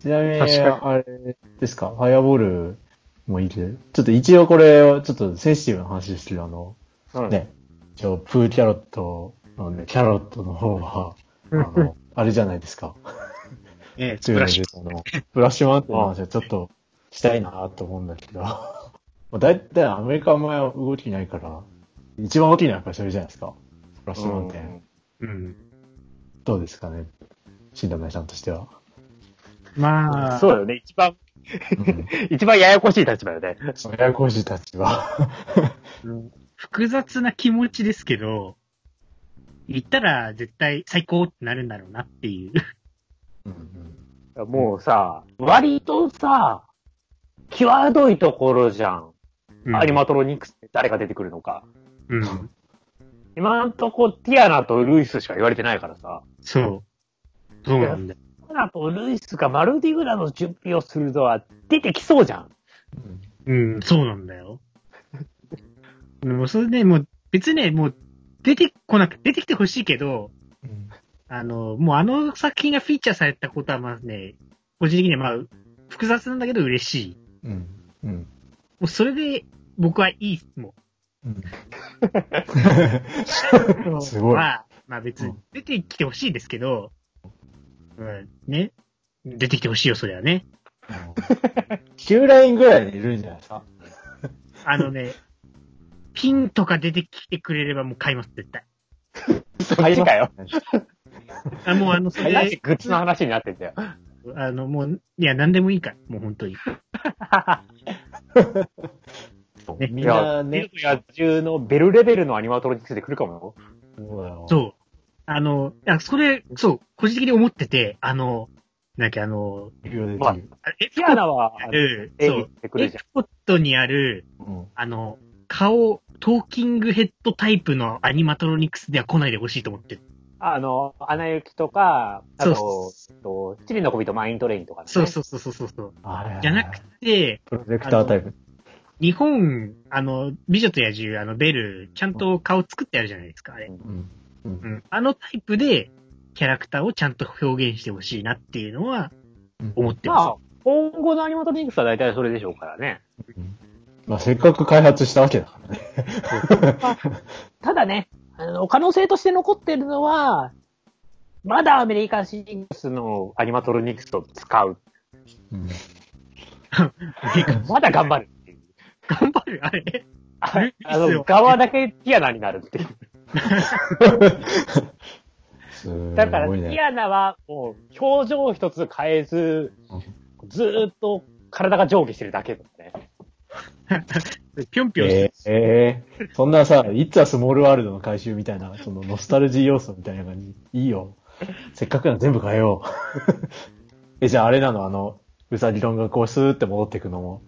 ちなみに、確かにあれですか、ファイアボールもいいけど、ちょっと一応これを、ちょっとセンシティブな話ですけど、あの、はい。ね、一応プーキャロットのね、キャロットの方は、あ の、あれじゃないですか。ええ、中ブラのシあの、ブラッシュマウンテンの話はちょっとしたいなと思うんだけど、 まあ大体アメリカはあんまり動きないから、一番大きいのはやっぱりそれじゃないですか。ブラッシュマウンテン。うん。どうですかね、新田内さんとして は。まあ、そうだよね。一番、うん、一番ややこしい立場よね。そのややこしいたち は。複雑な気持ちですけど、言ったら絶対最高ってなるんだろうなっていう。うんうんもうさ、割とさ、際どいところじゃん。アニマトロニクスって誰が出てくるのか。うん。今んとこティアナとルイスしか言われてないからさ。そう。そうなんだよ。ティアナとルイスがマルディグラの準備をするのは出てきそうじゃん。うんうん、そうなんだよ。 でもそれでもう、別にね、もう、出てこなく、出てきてほしいけど、うんあの、もうあの作品がフィーチャーされたことは、まあね、個人的にはまあ、複雑なんだけど嬉しい。うんうんもうそれで、僕はいい、もうんう。すごい。まあ、まあ別に出てきてほしいですけど、うん、ね。出てきてほしいよ、そりゃね。 9ラインぐらいにいるんじゃないですか。あのね、ピンとか出てきてくれればもう買います、絶対。マジかよ。あもうあの、それマジで、グッズの話になってんだよ。あの、もう、いや、なんでもいいから、もう本当に。ねみいんなや、ねね、、野獣のベルレベルのアニマトロニクスで来るかもよ。そうだよそう。あの、あそれ、そう、個人的に思ってて、あの、なんだっけ、あの、いろいろできるまああエプテコィアットナは、にある、絵そにう来、てくエるじプゃん。コットにある、うんあの、顔、トーキングヘッドタイプのアニマトロニクスでは来ないでほしいと思ってる。あの、アナ雪とか、あそとう、えっとチリの小人マイントレインとかね。そうそうそうそうそうそう。あれじゃなくて、プロジェクタータイプ。日本、あの、美女と野獣、あの、ベル、ちゃんと顔作ってあるじゃないですか、あれ。うんう。ん。あのタイプで、キャラクターをちゃんと表現してほしいなっていうのは、思ってまあま、今後のアニマトロニクスは大体それでしょうからね。まあ、せっかく開発したわけだからね。ただね、あの、可能性として残ってるのは、まだアメリカンシリングスのアニマトロニクスを使う。まだ頑張るっていう。す。頑張る、あれ。ああいいっすの、よ側だけティアナになるっていう。すごいね。だから、ティアナはもう表情一つ変えず、ずーっと体が上下してるだけだね。ぴょんぴょんしてえーえーそんなさ、It's a Small World の回収みたいな、そのノスタルジー要素みたいな感じ。いいよ。せっかくなら全部変えよう。え、 じゃああれなのあの、うさぎどんがこうスーって戻ってくのも、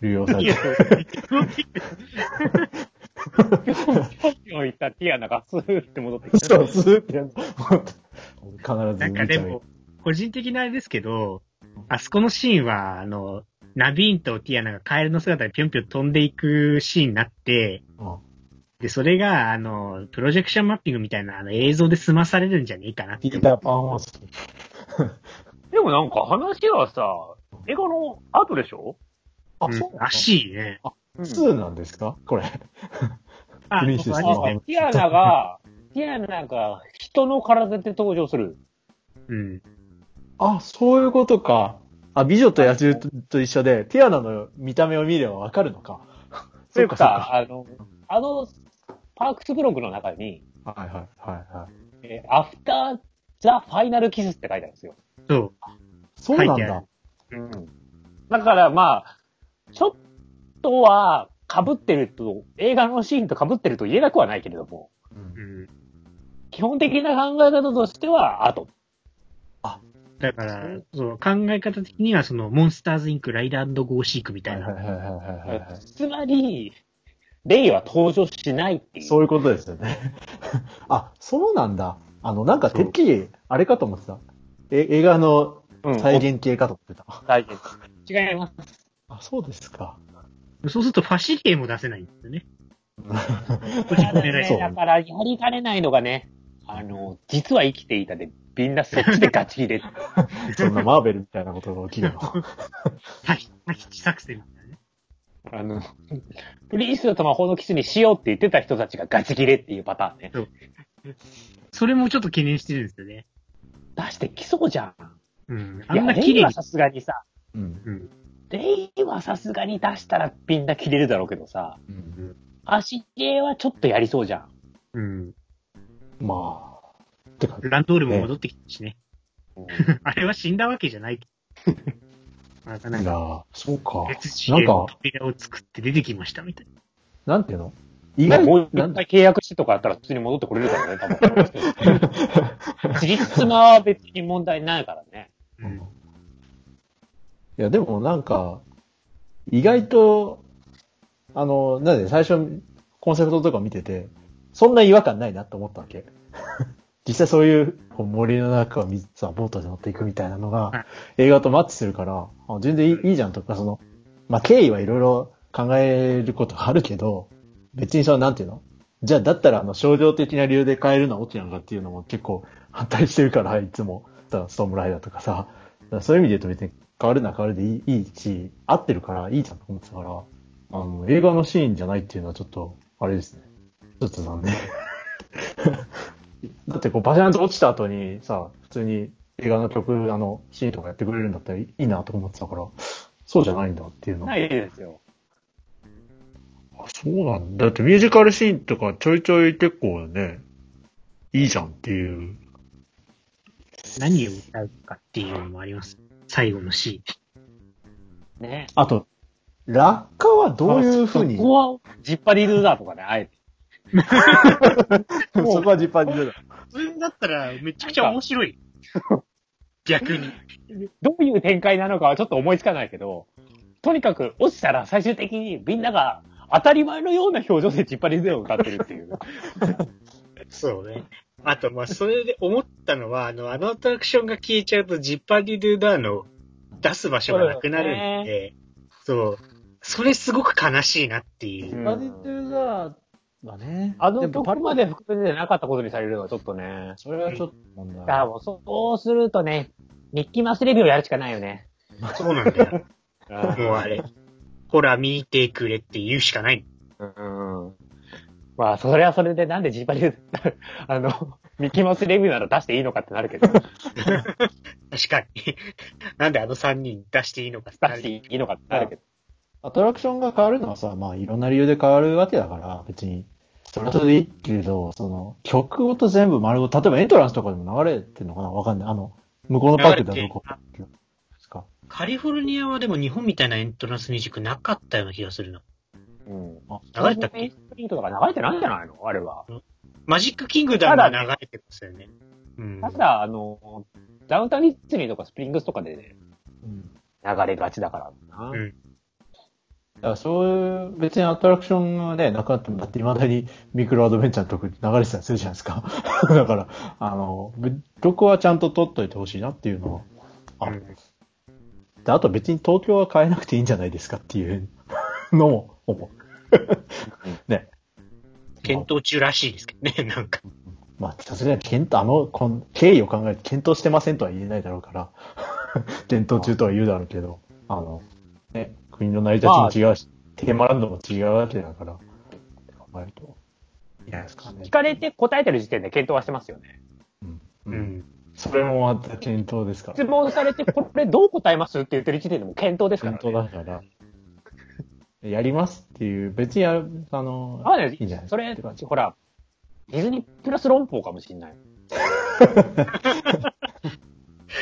流用されいやて。ぴょんぴょん行ったティアナがスーって戻ってきた。そう、スーってやる。必なずんか見でちゃうよも。、個人的なあれですけど、あそこのシーンは、あの、ナビーンとティアナがカエルの姿でぴょんぴょん飛んでいくシーンになって、うんで、それが、あの、プロジェクションマッピングみたいなあの映像で済まされるんじゃねえかなってピ。ーターパンは好き。でもなんか話はさ、映画の後でしょあうんそうなのらしいね。う2なんですかこれ。あ、フリースそうですあれねですね。ティア ナが、ティアナが人の体で登場する。うん。あ、そういうことか。あ、美女と野獣とと一緒で、ティアナの見た目を見ればわかるのか。とそいううかかそうさか。、あの、あの、パークスブログの中に、はいはいはいはい。えーアフターザファイナルキスって書いてあるんですよ。そそうな書いんてあだる。うん。だからまあ、ちょっとは被ってると、映画のシーンと被ってると言えなくはないけれども、うんう。うん。基本的な考え方としては後。だから、そう、考え方的には、その、モンスターズインク、ライダーゴーシークみたはいいはいな。はいはいはいはい。つまり、レイは登場しないっていう。そういうことですよね。 あ、そうなんだ。あの、なんかてっきり、あれかと思ってた。え、映画のうん再現系かと思ってた。大事違います。あ、そうですか。そうすると、ファシリエも出せないんですよね。だからねそうだからやりかねないのがね、あの、実は生きていたで、みんなそっちでガチ切 れ。そんなマーベルみたいなことが起きるの。タヒ、タヒチ作戦みたいなね。あの、プリンスの魔法のキスにしようって言ってた人たちがガチ切れっていうパターンね。それもちょっと懸念してるんですよね。出してきそうじゃん。うん。あいやんな綺レ麗イはに。さすがにさ、うん。うん。レイはさすがに出したらみんな切れるだろうけどさ、うん足芸はちょっとやりそうじゃ ん。うん。まあ。てか、ランドールも戻ってきたしね。うんあれは死んだわけじゃない。またなんいか、やーそうか。別次なん元のか、扉を作って出てきましたみたいな。なんていうの意まあ外もうな一んだ回契約してとかあったら普通に戻ってこれるからね、多分。 自立妻は別に問題ないからね。うん。いや、でもなんか、意外と、あの、なんで最初、コンセプトとか見てて、そんな違和感ないなって思ったわけ。 実際そういうこう森の中を見さ、ボートで乗っていくみたいなのはいが、映画とマッチするから、あ全然いいいいじゃんとか、その、まあ、経緯はいろいろ考えることあるけど、別にその、なんていうのじゃあ、だったら、あの、症状的な理由で変えるのはオチなんかっていうのも結構反対してるから、いつも、さストームライダーとかさ、だからそういう意味で言うと別に変わるな変わるでいいいいし、合ってるからいいじゃんと思ってたから、あの、映画のシーンじゃないっていうのはちょっと、あれですね。ちょっと残念。 だってこうバシャンと落ちた後にさ、普通に映画の曲、あの、シーンとかやってくれるんだったらいいなと思ってたから、そうじゃないんだっていうのはないですよ。あそうなんだ。だってミュージカルシーンとかちょいちょい結構ね、いいじゃんっていう。何を歌うかっていうのもあります。最後のシね。あと、落下はどういうふうに、ここは、ジッパリードゥだとかね、あえて。 そこはジッパーにだ。ーン。それだったらめちゃくちゃ面白い。 逆に。どういう展開なのかはちょっと思いつかないけど、とにかく落ちたら最終的にみんなが当たり前のような表情でジッパリードゥを歌ってるっていう。そうね。あと、まあ、それで思ったのは、あの、あのアトラクションが消えちゃうと、ジッパーディドゥダーの出す場所がなくなるんで、そう。それすごく悲しいなっていうう。んバディトゥーザーはね。あでのも曲まで含めてなかったことにされるのはちょっとね。それはちょっと問題。だからもうそうするとね、ミッキーマウスレビューをやるしかないよね。そうなんだ よ。あもうあれ。ほら、見てくれって言うしかない。うん。まあ、それはそれでなんでジッパリードゥ、 あの、ミッキーマウスレビューなら出していいのかってなるけど、確かに。 なんであの三人出していいのか出していいのかってなるけど。アトラクションが変わるのはさ、まあいろんな理由で変わるわけだから、別に。それはそれでいいけれど、その、曲ごと全部丸ごと、例えばエントランスとかでも流れてるのかなわかんない。あの、向こうのパークではどこですかカリフォルニアはでも日本みたいなエントランスミュージックなかったような気がするな。うん。流れてたっけスプリントとか流れてないんじゃないのあれは。マジックキングダムが流れてますよね。うん。ただ、あの、ダウンタウンディズニーとかスプリングスとかでね、うん。流れがちだからな。うんだからそういう、別にアトラクションがね、なくなっても、だって未だにミクロアドベンチャーの曲流れてたりするじゃないですか。 だから、あの、どこはちゃんと撮っといてほしいなっていうのは。あうんであと別に東京は変えなくていいんじゃないですかっていうのも思う。ね。検討中らしいですけどね、 なんか。まあ、さすがに検討、あの、この経緯を考えて検討してませんとは言えないだろうから、 検討中とは言うだろうけど、あの、ね、国の成り立ちも違うし、テーマランドも違うわけだから、考えると、いいんじゃないですかね聞。かれて答えてる時点で検討はしてますよね。う。うんん。それもまた検討ですから質。問されて、これどう答えますって言ってる時点でもう検討ですから、検ね。討だから、やりますっていう、別にやる、あの、あねいいんじゃないそれ、ほら、ディズニープラス論法かもし んない。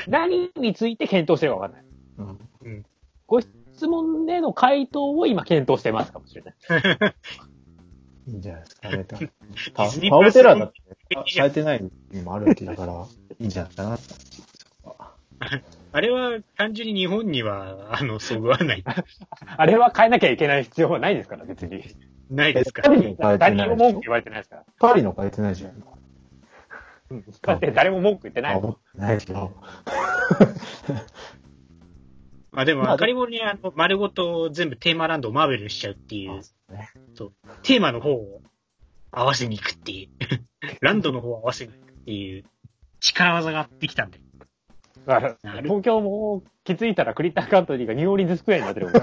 何について検討してるかわかんない。うん質問での回答を今検討してますかもしれない。いいんじゃないですかね。たィズニーパオテラーだってプラスされてないのもあるわけだから、いいんじゃないかな。あれは単純に日本には、あの、そぐわない。あれは変えなきゃいけない必要はないですから、別に。ないですかパら。リの変えて誰なにもいでし文句ょ言われてないですから。パリの変えてないじゃん。だって誰も文句言ってなあ、いもん。僕ないけど。まあでもまあ、カリフォルニアの丸ごと全部テーマランドをマーベルにしちゃうっていう、ね テーマの方を合わせに行くっていう。ランドの方を合わせに行く。っていう力技ができたんで。だからなる東京も気づいたらクリッターカントリーがニューオーリンズスクエアになってるもん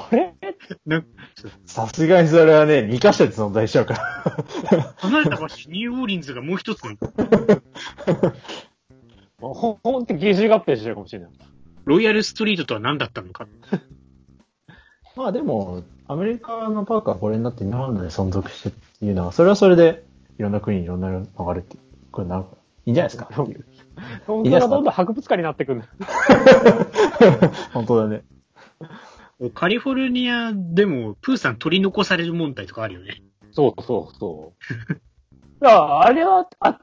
あれなさすがにそれはね、2カ所で存在しちゃうから。離れた場所にニューオーリンズがもう一つのほほんって吸収合併してるかもしれない。ロイヤルストリートとは何だったのか。まあでも、アメリカのパークはこれになって日本で存続してっていうのは、それはそれで、いろんな国にいろんなのが流れてくるな。いいんじゃないですか。東京がどんどん博物館になってくるんだ。 本当だね。カリフォルニアでも、プーさん取り残される問題とかあるよね。 そうそうそう。だから、あれは、あ、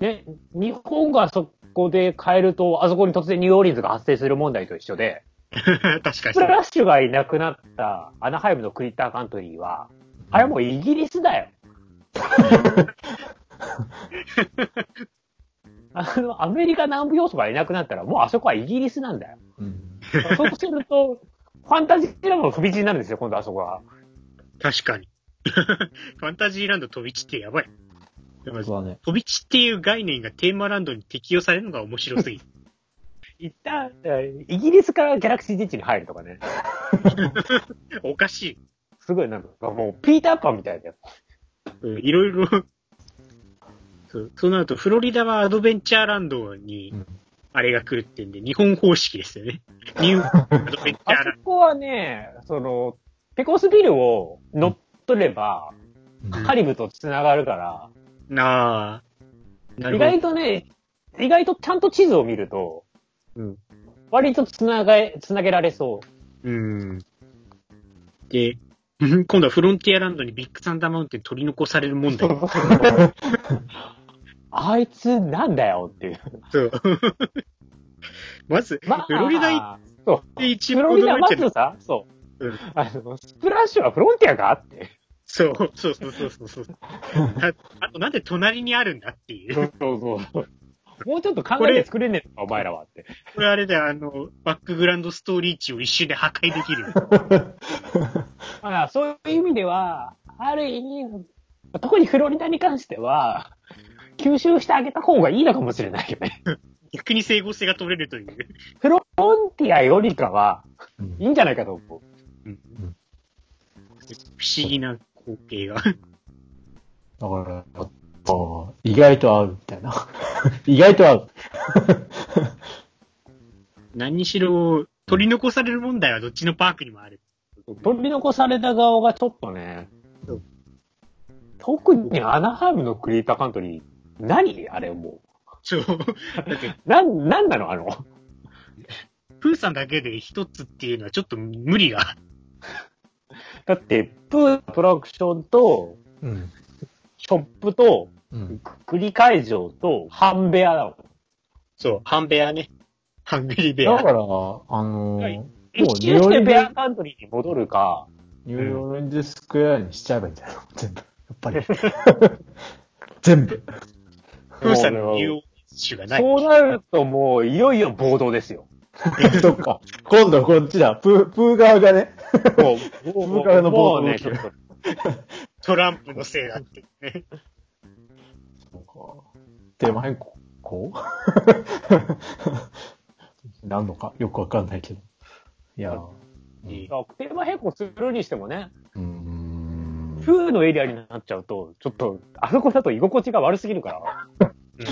ね、日本がそこで変えると、あそこに突然ニューオーリンズが発生する問題と一緒で、確かにスプ。ラッシュがいなくなったアナハイムのクリッターカントリーは、あれはもうイギリスだよ。 あの、アメリカ南部要素がいなくなったら、もうあそこはイギリスなんだよ。うん。そうすると、ファンタジーラボの飛び地になるんですよ、今度あそこは。確かに。 ファンタジーランド飛び散ってやばい。でも本当だね。飛び散っていう概念がテーマランドに適用されるのが面白すぎる。 一旦、えーイギリスからギャラクシーディッチに入るとかね。おかしい。すごい、なんかもう、ピーターパンみたいだよ。うんいろいろそう。そうなると、フロリダはアドベンチャーランドにうん、あれが来るってんで、日本方式ですよね。ニューアドベンチャあーランそこはね、その、ペコスビルを乗っ取れば、カリブと繋がるから、ド。なあ。な意るほ外ど。とね、意外とちゃんと地図を見ると、うん割と繋がえ、繋げられそう。うん。で、 今度はフロンティアランドにビッグサンダーマウンテン取り残される問題。あいつなんだよって いう。そう。まず、まあ、フロリダ行っそう。て一フ番ロリダ驚いまてるず。さ、そう。うんあの、スプラッシュはフロンティアかって。そう、そうそうそうそうそう。ああと、なんで隣にあるんだって いう。そうそう。もうちょっと考こえれて作れねえのか、お前らはって。これあれだよ、あの、バックグラウンドストーリー値を一瞬で破壊でき る。まあ、そういう意味では、ある意味、特にフロリダに関しては、吸収してあげた方がいいのかもしれないよね。逆に整合性が取れるという。フロンティアよりかは、いいんじゃないかと思う。不思議な光景が。だから、あ意外と合うみたいな。 意外と合う。何にしろ、取り残される問題はどっちのパークにもある。取り残された側がちょっとね、特にアナハイムのクリエイターカントリー、何あれもそう。だって、う。なん、なんなのあの。プーさんだけで一つっていうのはちょっと無理が。だって、プーアトラクションと、うん。ショップと、うん。繰り会場と、ハンベアだもん。そう、ハンベアね。ハングリーベだア。から、あのー、もう一ニ周ューしオーてリンズベアカントリーに戻るか、ニューヨークズスクエアにしちゃえばいいんじゃないの全部。やっぱり。全部。プーさんのニューオー種がない。そうなるともう、いよいよ暴動ですよ。 そっか。今度こっちだ。プー、プー側がね。もう、もう僕からの暴動もうね、起きるちょっとトランプのせいだってね。テーマ変更こう なんのかよくわかんないけど。いやー、いテーマ変更するにしてもね、うーん。プーのエリアになっちゃうと、ちょっと、あそこだと居心地が悪すぎるから、うん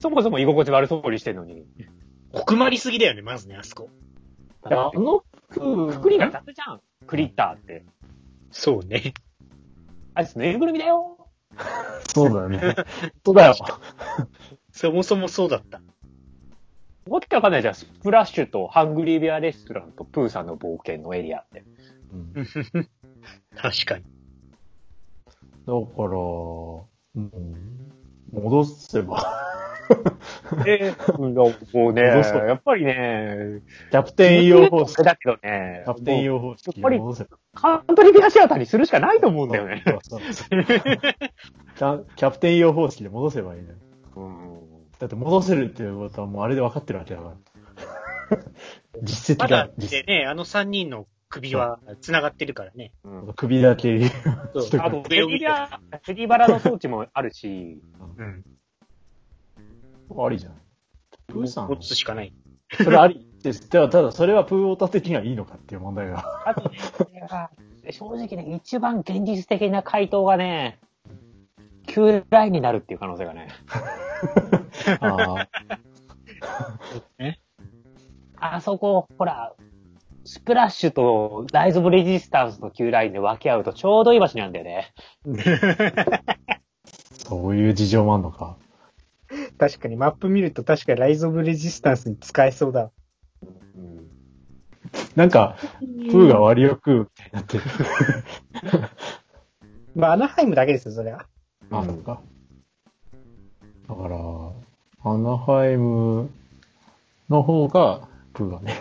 そもそも居心地悪そうにしてるのに。奥まりすぎだよね、まずね、あそこ。あのプくくりがー、雑じゃん。クリッターって。そうね。あいつぬいぐるみだよ。そう だよね。本当だよ。そもそもそうだった。わけわかんないじゃん。スプラッシュとハングリーベアレストランとプーさんの冒険のエリアって。うん確かに。だから、うん、戻せば。えー、もうね、どうしたやっぱりね、キャプテン EO 方式。だけどね キャプテン EO 方式に戻せば。カントリービアシアターにするしかないと思うんだよね。そうそうそうキャキャプテン EO 方式で戻せばいいのよ。だって戻せるっていう ことはもうあれで分かってるわけだから。実績まだが、実でね、あの3人の首は繋がってるからね。うん。首だけ、そうちょっとあと、上セを見リてア、セリバラの装置もあるし、うん。ありじゃない。プーさん持つしかない。それありです。では、ただ、それはプーオタ的にはいいのかっていう問題 が。あとね、いや正直ね、一番現実的な回答がね、旧来になるっていう可能性がね。ああ。あそこ、ほら、スプラッシュとライズ・オブ・レジスタンスの旧ラインで分け合うとちょうどいい場所にあるんだよね。そういう事情もあんのか。確かに、マップ見ると確かにライズ・オブ・レジスタンスに使えそうだ。なんか、プーが割を食うみたいになってる。まあ、アナハイムだけですよ、それは。あ、そっか。だから、アナハイムの方が、プーがね。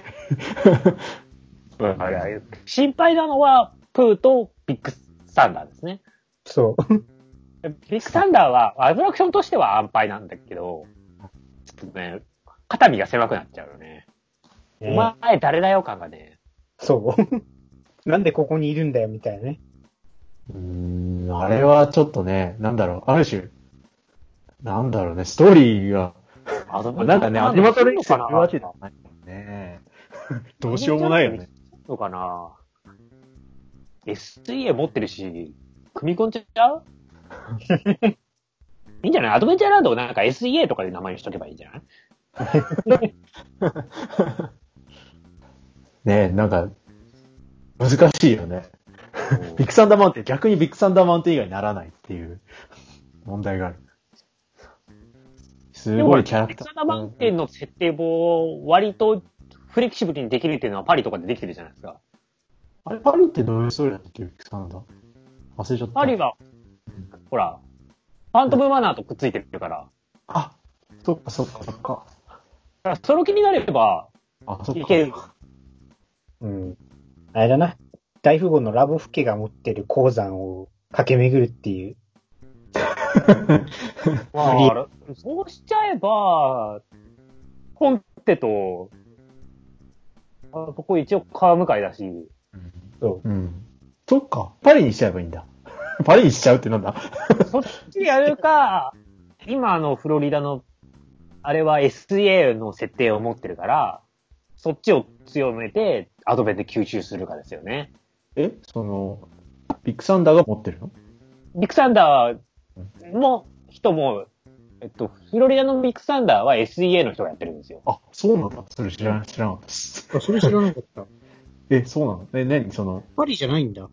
あれあれ心配なのは、プーとビッグサンダーですね。そう。ビッグサンダーは、アトラクションとしては安牌なんだけど、ちょっとね、肩身が狭くなっちゃうよね。お前誰だよ感がね。そう。 なんでここにいるんだよ、みたいなね。うーん、あれはちょっとね、なんだろう、ある種、なんだろうね、ストーリーが、あそこなんかね、アニマトレイクスかにな言うわけではないもんね。どうしようもないよね。そうかな ?SEA 持ってるし、組み込んじ ゃういいんじゃないアドベンチャーランドをなんか SEA とかで名前にしとけばいいんじゃないねなんか、難しいよね。ビッグサンダーマウンテン、逆にビッグサンダーマウンテン以外にならないっていう問題がある。すでごも、いキキャラクター。サダマウンテンの設定も割とフレキシブルにできるっていうのはパリとかでできてるじゃないですか。あれ、パリってどういうストーリーだっけビッグサンダー。忘れちゃった。パリは、ほら、ファントムマナーとくっついてるから。あ、そっかそっかそっか。だからその気になれば、あ、そっか。いける。うん。あれだな。大富豪のラボフ家が持ってる鉱山を駆け巡るっていう。まあ、あれそうしちゃえば、コンテと、あここ一応川向かいだし、うん。そっか。パリにしちゃえばいいんだ。 パリにしちゃうってなんだそっちやるか、今のフロリダの、あれは SEA の設定を持ってるから、そっちを強めて、アドベで吸収するかですよね。えその、ビッグサンダーが持ってるのビッグサンダーも、人も、えっと、フロリダのビッグサンダーは SEA の人がやってるんですよ。あ、そうなんだ。それ知らん、知らなかったです。あ、それ知らなかった。え、そうなのえ、何その、 パリじゃないんだ。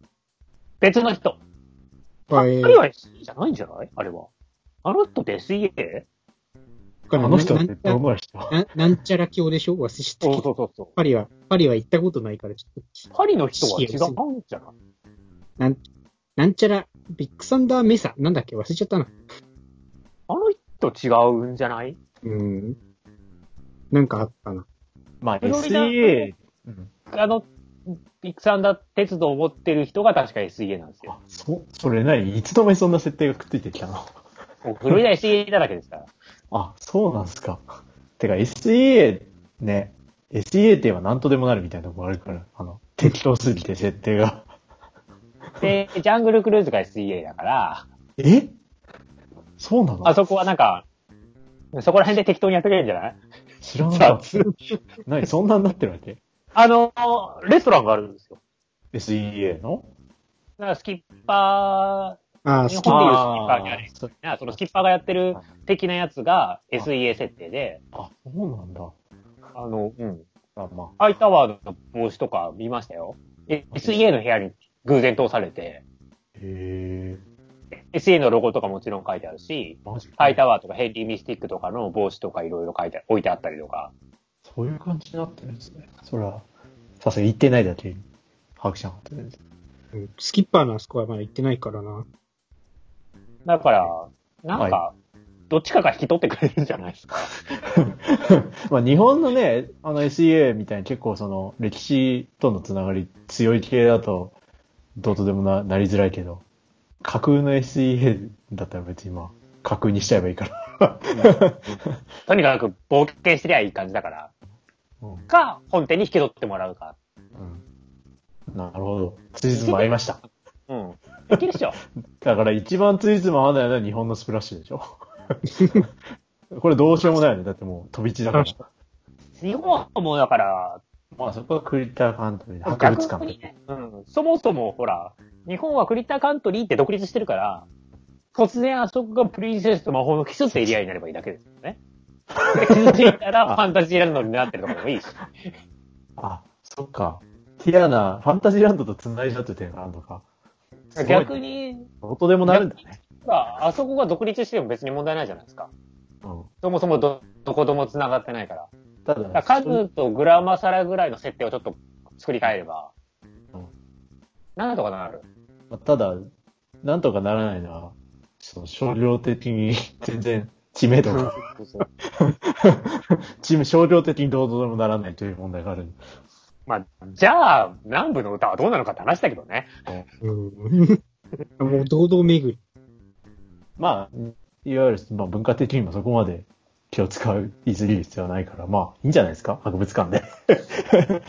別の人。あ、あえるいは SEA じゃないんじゃないあれは。あの人って SEA? ああの人ってなどの人ななんちゃら教でしょ忘れちゃったけど。うそうそパリは、パリは行ったことないから、ちょっと、う。パリの人は違うんじゃないなんちゃら、ビッグサンダーメサ、なんだっけ忘れちゃったな。あの人違うんじゃないうん。なんかあったな。 まあ、フロリダ SEA。うんあの、ビッグサンダー鉄道を持ってる人が確か SEA なんですよ。あ、そ、それ何いつの間にそんな設定がくっついてきたのもうフロリダ SEA だらけですから。あ、そうなんすか。てか SEA ね、SEA って言えば何とでもなるみたいなとこあるから、あの、適当すぎて設定が。で、ジャングルクルーズが SEA だから、えそうなのあそこはなんか、そこら辺で適当にやってくれるんじゃない知らなかった。何そんなんなってるわけあの、レストランがあるんですよ。 ?SEA のだからスキッパあー、あ、日好本きでだいうよ。スキあーそッパーにあるうな、そのスキッパーがやってる的なやつが SEA 設定で、あ、そうなんだ。あの、うん。あまハイタワーの帽子とか見ましたよ。え SEA の部屋に偶然通されて、あ、へえ、 SEA のロゴとかもちろん書いてあるし、マジかハイタワーとかヘンリーミスティックとかの帽子とかいろいろ書いて、置いてあったりとか。そういう感じになってるんですね。そら、さすが言ってないだけ、把握しなかったです。うんスキッパーのあそこはまだ行ってないからな。だから、なんはか、どっちかが引き取ってくれるんじゃないですか。 まあ日本のね、あの SEA みたいに結構その歴史とのつながり強い系だと、どうとでもななりづらいけど、架空の SEA だったら別にまあ、架空にしちゃえばいいから。とにかく冒険してりゃいい感じだから。うんか、本店に引き取ってもらうか。うんなるほど。つじつま合いました。うん。できるっしょ。だから一番つじつま合わないのは日本のスプラッシュでしょ。 これどうしようもないよね。だってもう飛び地だから。日本はもうだから、まあそこはクリターカントリー、博物逆館に。ねうん。そもそも、ほら、日本はクリッターカントリーって独立してるから、突然あそこがプリンセスと魔法のキスってエリアになればいいだけですよね。気づいたらファンタジーランドになってるところもいいし。あ、そっか。ティアナ、ファンタジーランドと繋いだって点があるのか。すごい逆に、音でもなるんだね。まああそこが独立しても別に問題ないじゃないですか。うそもそもど、どことも繋がってないから。ん。ただだ、からカズとグラマサラぐらいの設定をちょっと作り変えればうん、なんとかなる。ただ、なんとかならないのは、その、商業的に全然知名度が、チーム商業的にどうとでもならないという問題がある。まあ、じゃあ、南部の歌はどうなのかって話だけどね。 うん。もう堂々巡り。まあ、いわゆる、まあ文化的にもそこまで気を使う、いずりる必要はないから、まあ、いいんじゃないですか博物館で。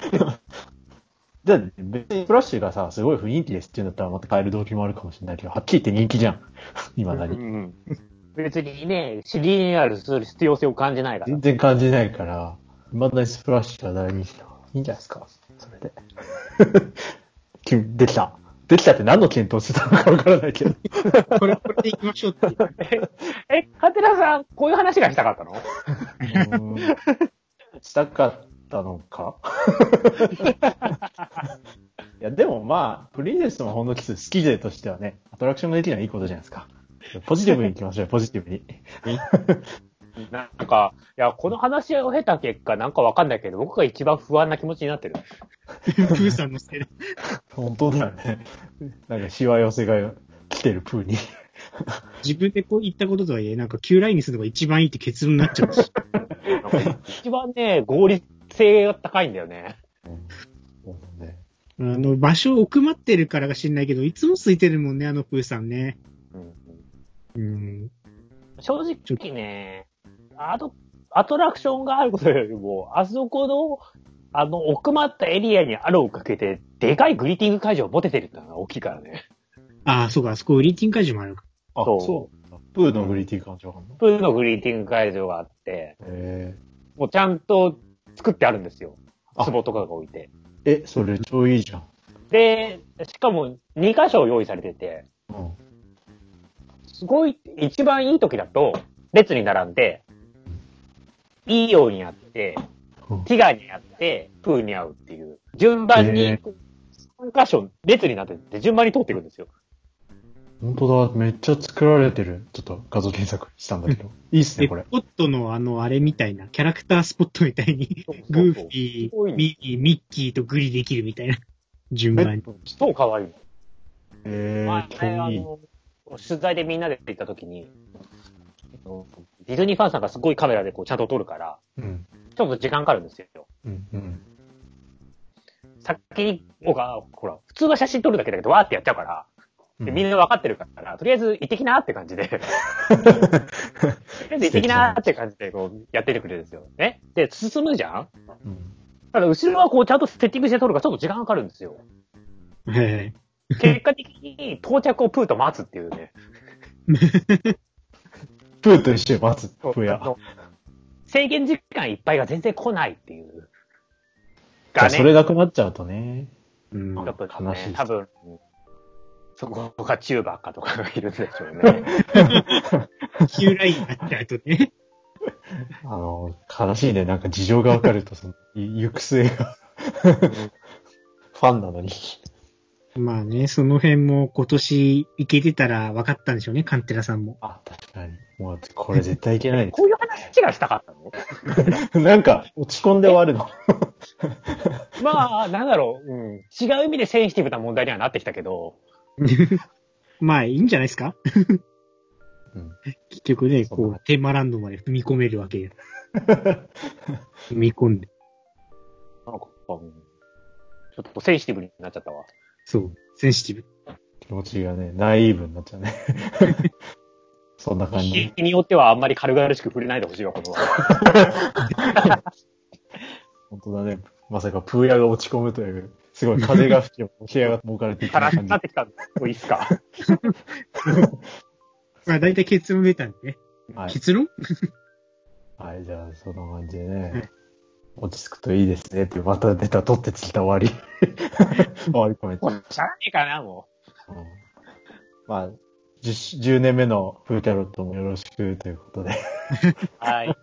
じゃあ、別にフラッシュがさ、すごい雰囲気ですっていうんだったら、また変える動機もあるかもしれないけど、はっきり言って人気じゃん。 今なうり。ん。別にね、シリニアルする必要性を感じないから全。然感じないから、未だにスプラッシュは大人気だ。いいんじゃないですかそれで。 きできた。できたって何の検討してたのかわからないけど。これ、これで行きましょうって。 え、カテラさん、こういう話がしたかったのしたかったのか いや、でもまあ、プリンセスのほんのキス好き勢としてはね、アトラクションができるのはいいことじゃないですか。ポジティブに行きましょうよ、ポジティブに。なんか、いや、この話を経た結果、なんかわかんないけど、僕が一番不安な気持ちになってる。プーさんのせいで。本当だよね。なんか、しわ寄せが来てるプーに。自分でこう言ったこととはいえ、なんか旧ラインにするのが一番いいって結論になっちゃう し。なんか一番ね、合理性が高いんだよね。そうねあの、場所を奥まってるからか知んないけど、いつも空いてるもんね、あのプーさんね。うん。正直ね、あと、アトラクションがあることよりも、あそこの、あの、奥まったエリアにあるをかけて、でかいグリーティング会場を持ててるってのが大きいからね。ああ、そうか、あそこ、ウリーティング会場もあるか。あ、そうそう。プーのグリーティング感情あんのプーのグリーティング会場があって、へもうちゃんと作ってあるんですよ。あ壺とかが置いて。ええ、それ超いいじゃん。で、しかも2箇所用意されてて、うん。すごい、一番いい時だと、列に並んで、いいようにやってうん、ティガーにやって、プーに会うっていう、順番に、へ3箇所列になってて、順番に通っていくんですよ。本当だ、めっちゃ作られてる。ちょっと画像検索したんだけ ど。いいっすね、で、これス。ポットのあの、あれみたいな、キャラクタースポットみたい に、グーフィそうそー、うミッキー、ミッキーとグリできるみたいな、順番に。超可愛い。え前、ー、前あ超いい。の、取材でみんなで行った時に、あのディズニーファンさんがすごいカメラでこうちゃんと撮るから、うん。ちょっと時間かかるんですよ。うん。うん。先に、僕は、ほら、普通は写真撮るだけだけど、わーってやっちゃうから、でみんな分かってるから、とりあえず行ってきなーって感 じで、とりあえず行ってきなーって感じで、こう、やっててくれるんですよ。ね。で、進むじゃんうんだから後ろはこう、ちゃんとセッティングして撮るから、ちょっと時間かかるんですよ。はい。結果的に、到着をプーと待つっていうね。プーと一緒に待つ。プーやあ。の制限時間いっぱいが全然来ないっていう。じゃがあね。それなくなっちゃうとね。うんちょっと悲ねしいです多分、そこがチューバーかとかがいるんでしょうね。旧ラインになっちゃうと ね。あの、悲しいね。なんか事情がわかると、その、い行く末が。ファンなのに。まあね、その辺も今年行けてたら分かったんでしょうね、カンテラさんも。あ、確かに。もう、これ絶対いけないこういう話がしたかったのなんか、落ち込んで終わるの。 まあ、なんだろう、うん。違う意味でセンシティブな問題にはなってきたけど、まあ、いいんじゃないですかうん結局ね、そんなこう、テーマランドまで踏み込めるわけや。踏み込んで。なんか、うんちょっとセンシティブになっちゃったわ。そう。センシティブ。気持ちがね、ナイーブになっちゃうね。そんな感じ。日によってはあんまり軽々しく触れないでほしいわ、こ の話。本当だね。まさか、プーヤが落ち込むという、すごい風が吹き、お部屋が置かれていくたら感しじになってきたんで、もういいっすか。まあ、だいたい結論出たんでね。はい。結論はい、じゃあ、そんな感じでね。落ち着くといいですねって、また出た、取ってついた終わり。終わりコメント。もうんう、しゃあないかな、もまあ、10, 10年目のフーキャロットもよろしくということで。う。はい。